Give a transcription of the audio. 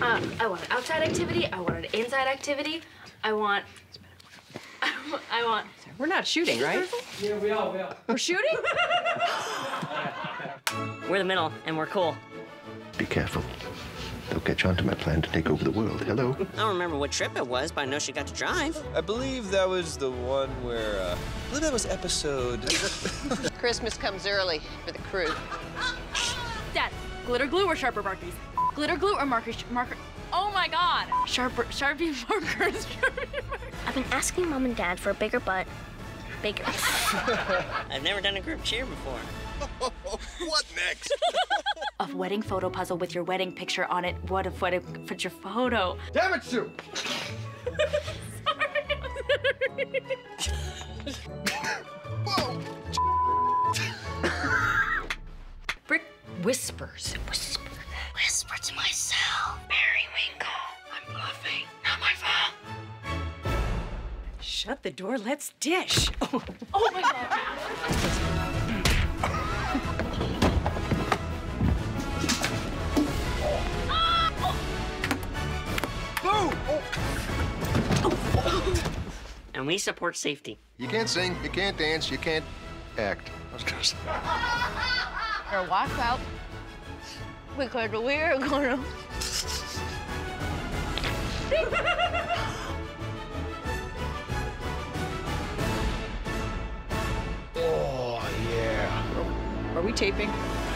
Um, I want an outside activity. I want an inside activity. I want. I want. I want We're not shooting, right? Yeah, we are, we are. We're shooting? We're the middle, and we're cool. Be careful. They'll catch on to my plan to take over the world. Hello? I don't remember what trip it was, but I know she got to drive. I believe that was the one where, uh, I believe that was episode. Christmas comes early for the crew. Dad, glitter glue or sharper markers? Glitter glue or markers? Marker. Oh my God! Sharper, sharpie markers. Sharpie markers. I've been asking mom and dad for a bigger butt. Bigger. I've never done a group cheer before. what next? a wedding photo puzzle with your wedding picture on it. What if what if put your photo? Damn it, Sue! Sorry, I'm sorry. Whoa! Brick whispers. Whisper. Whisper to myself. Barry Winkle. I'm bluffing. Not my fault. Shut the door, let's dish. Oh my God! Boo! And we support safety. You can't sing, you can't dance, you can't act. I was gonna say. Or walk out. Because we're gonna. Are we taping?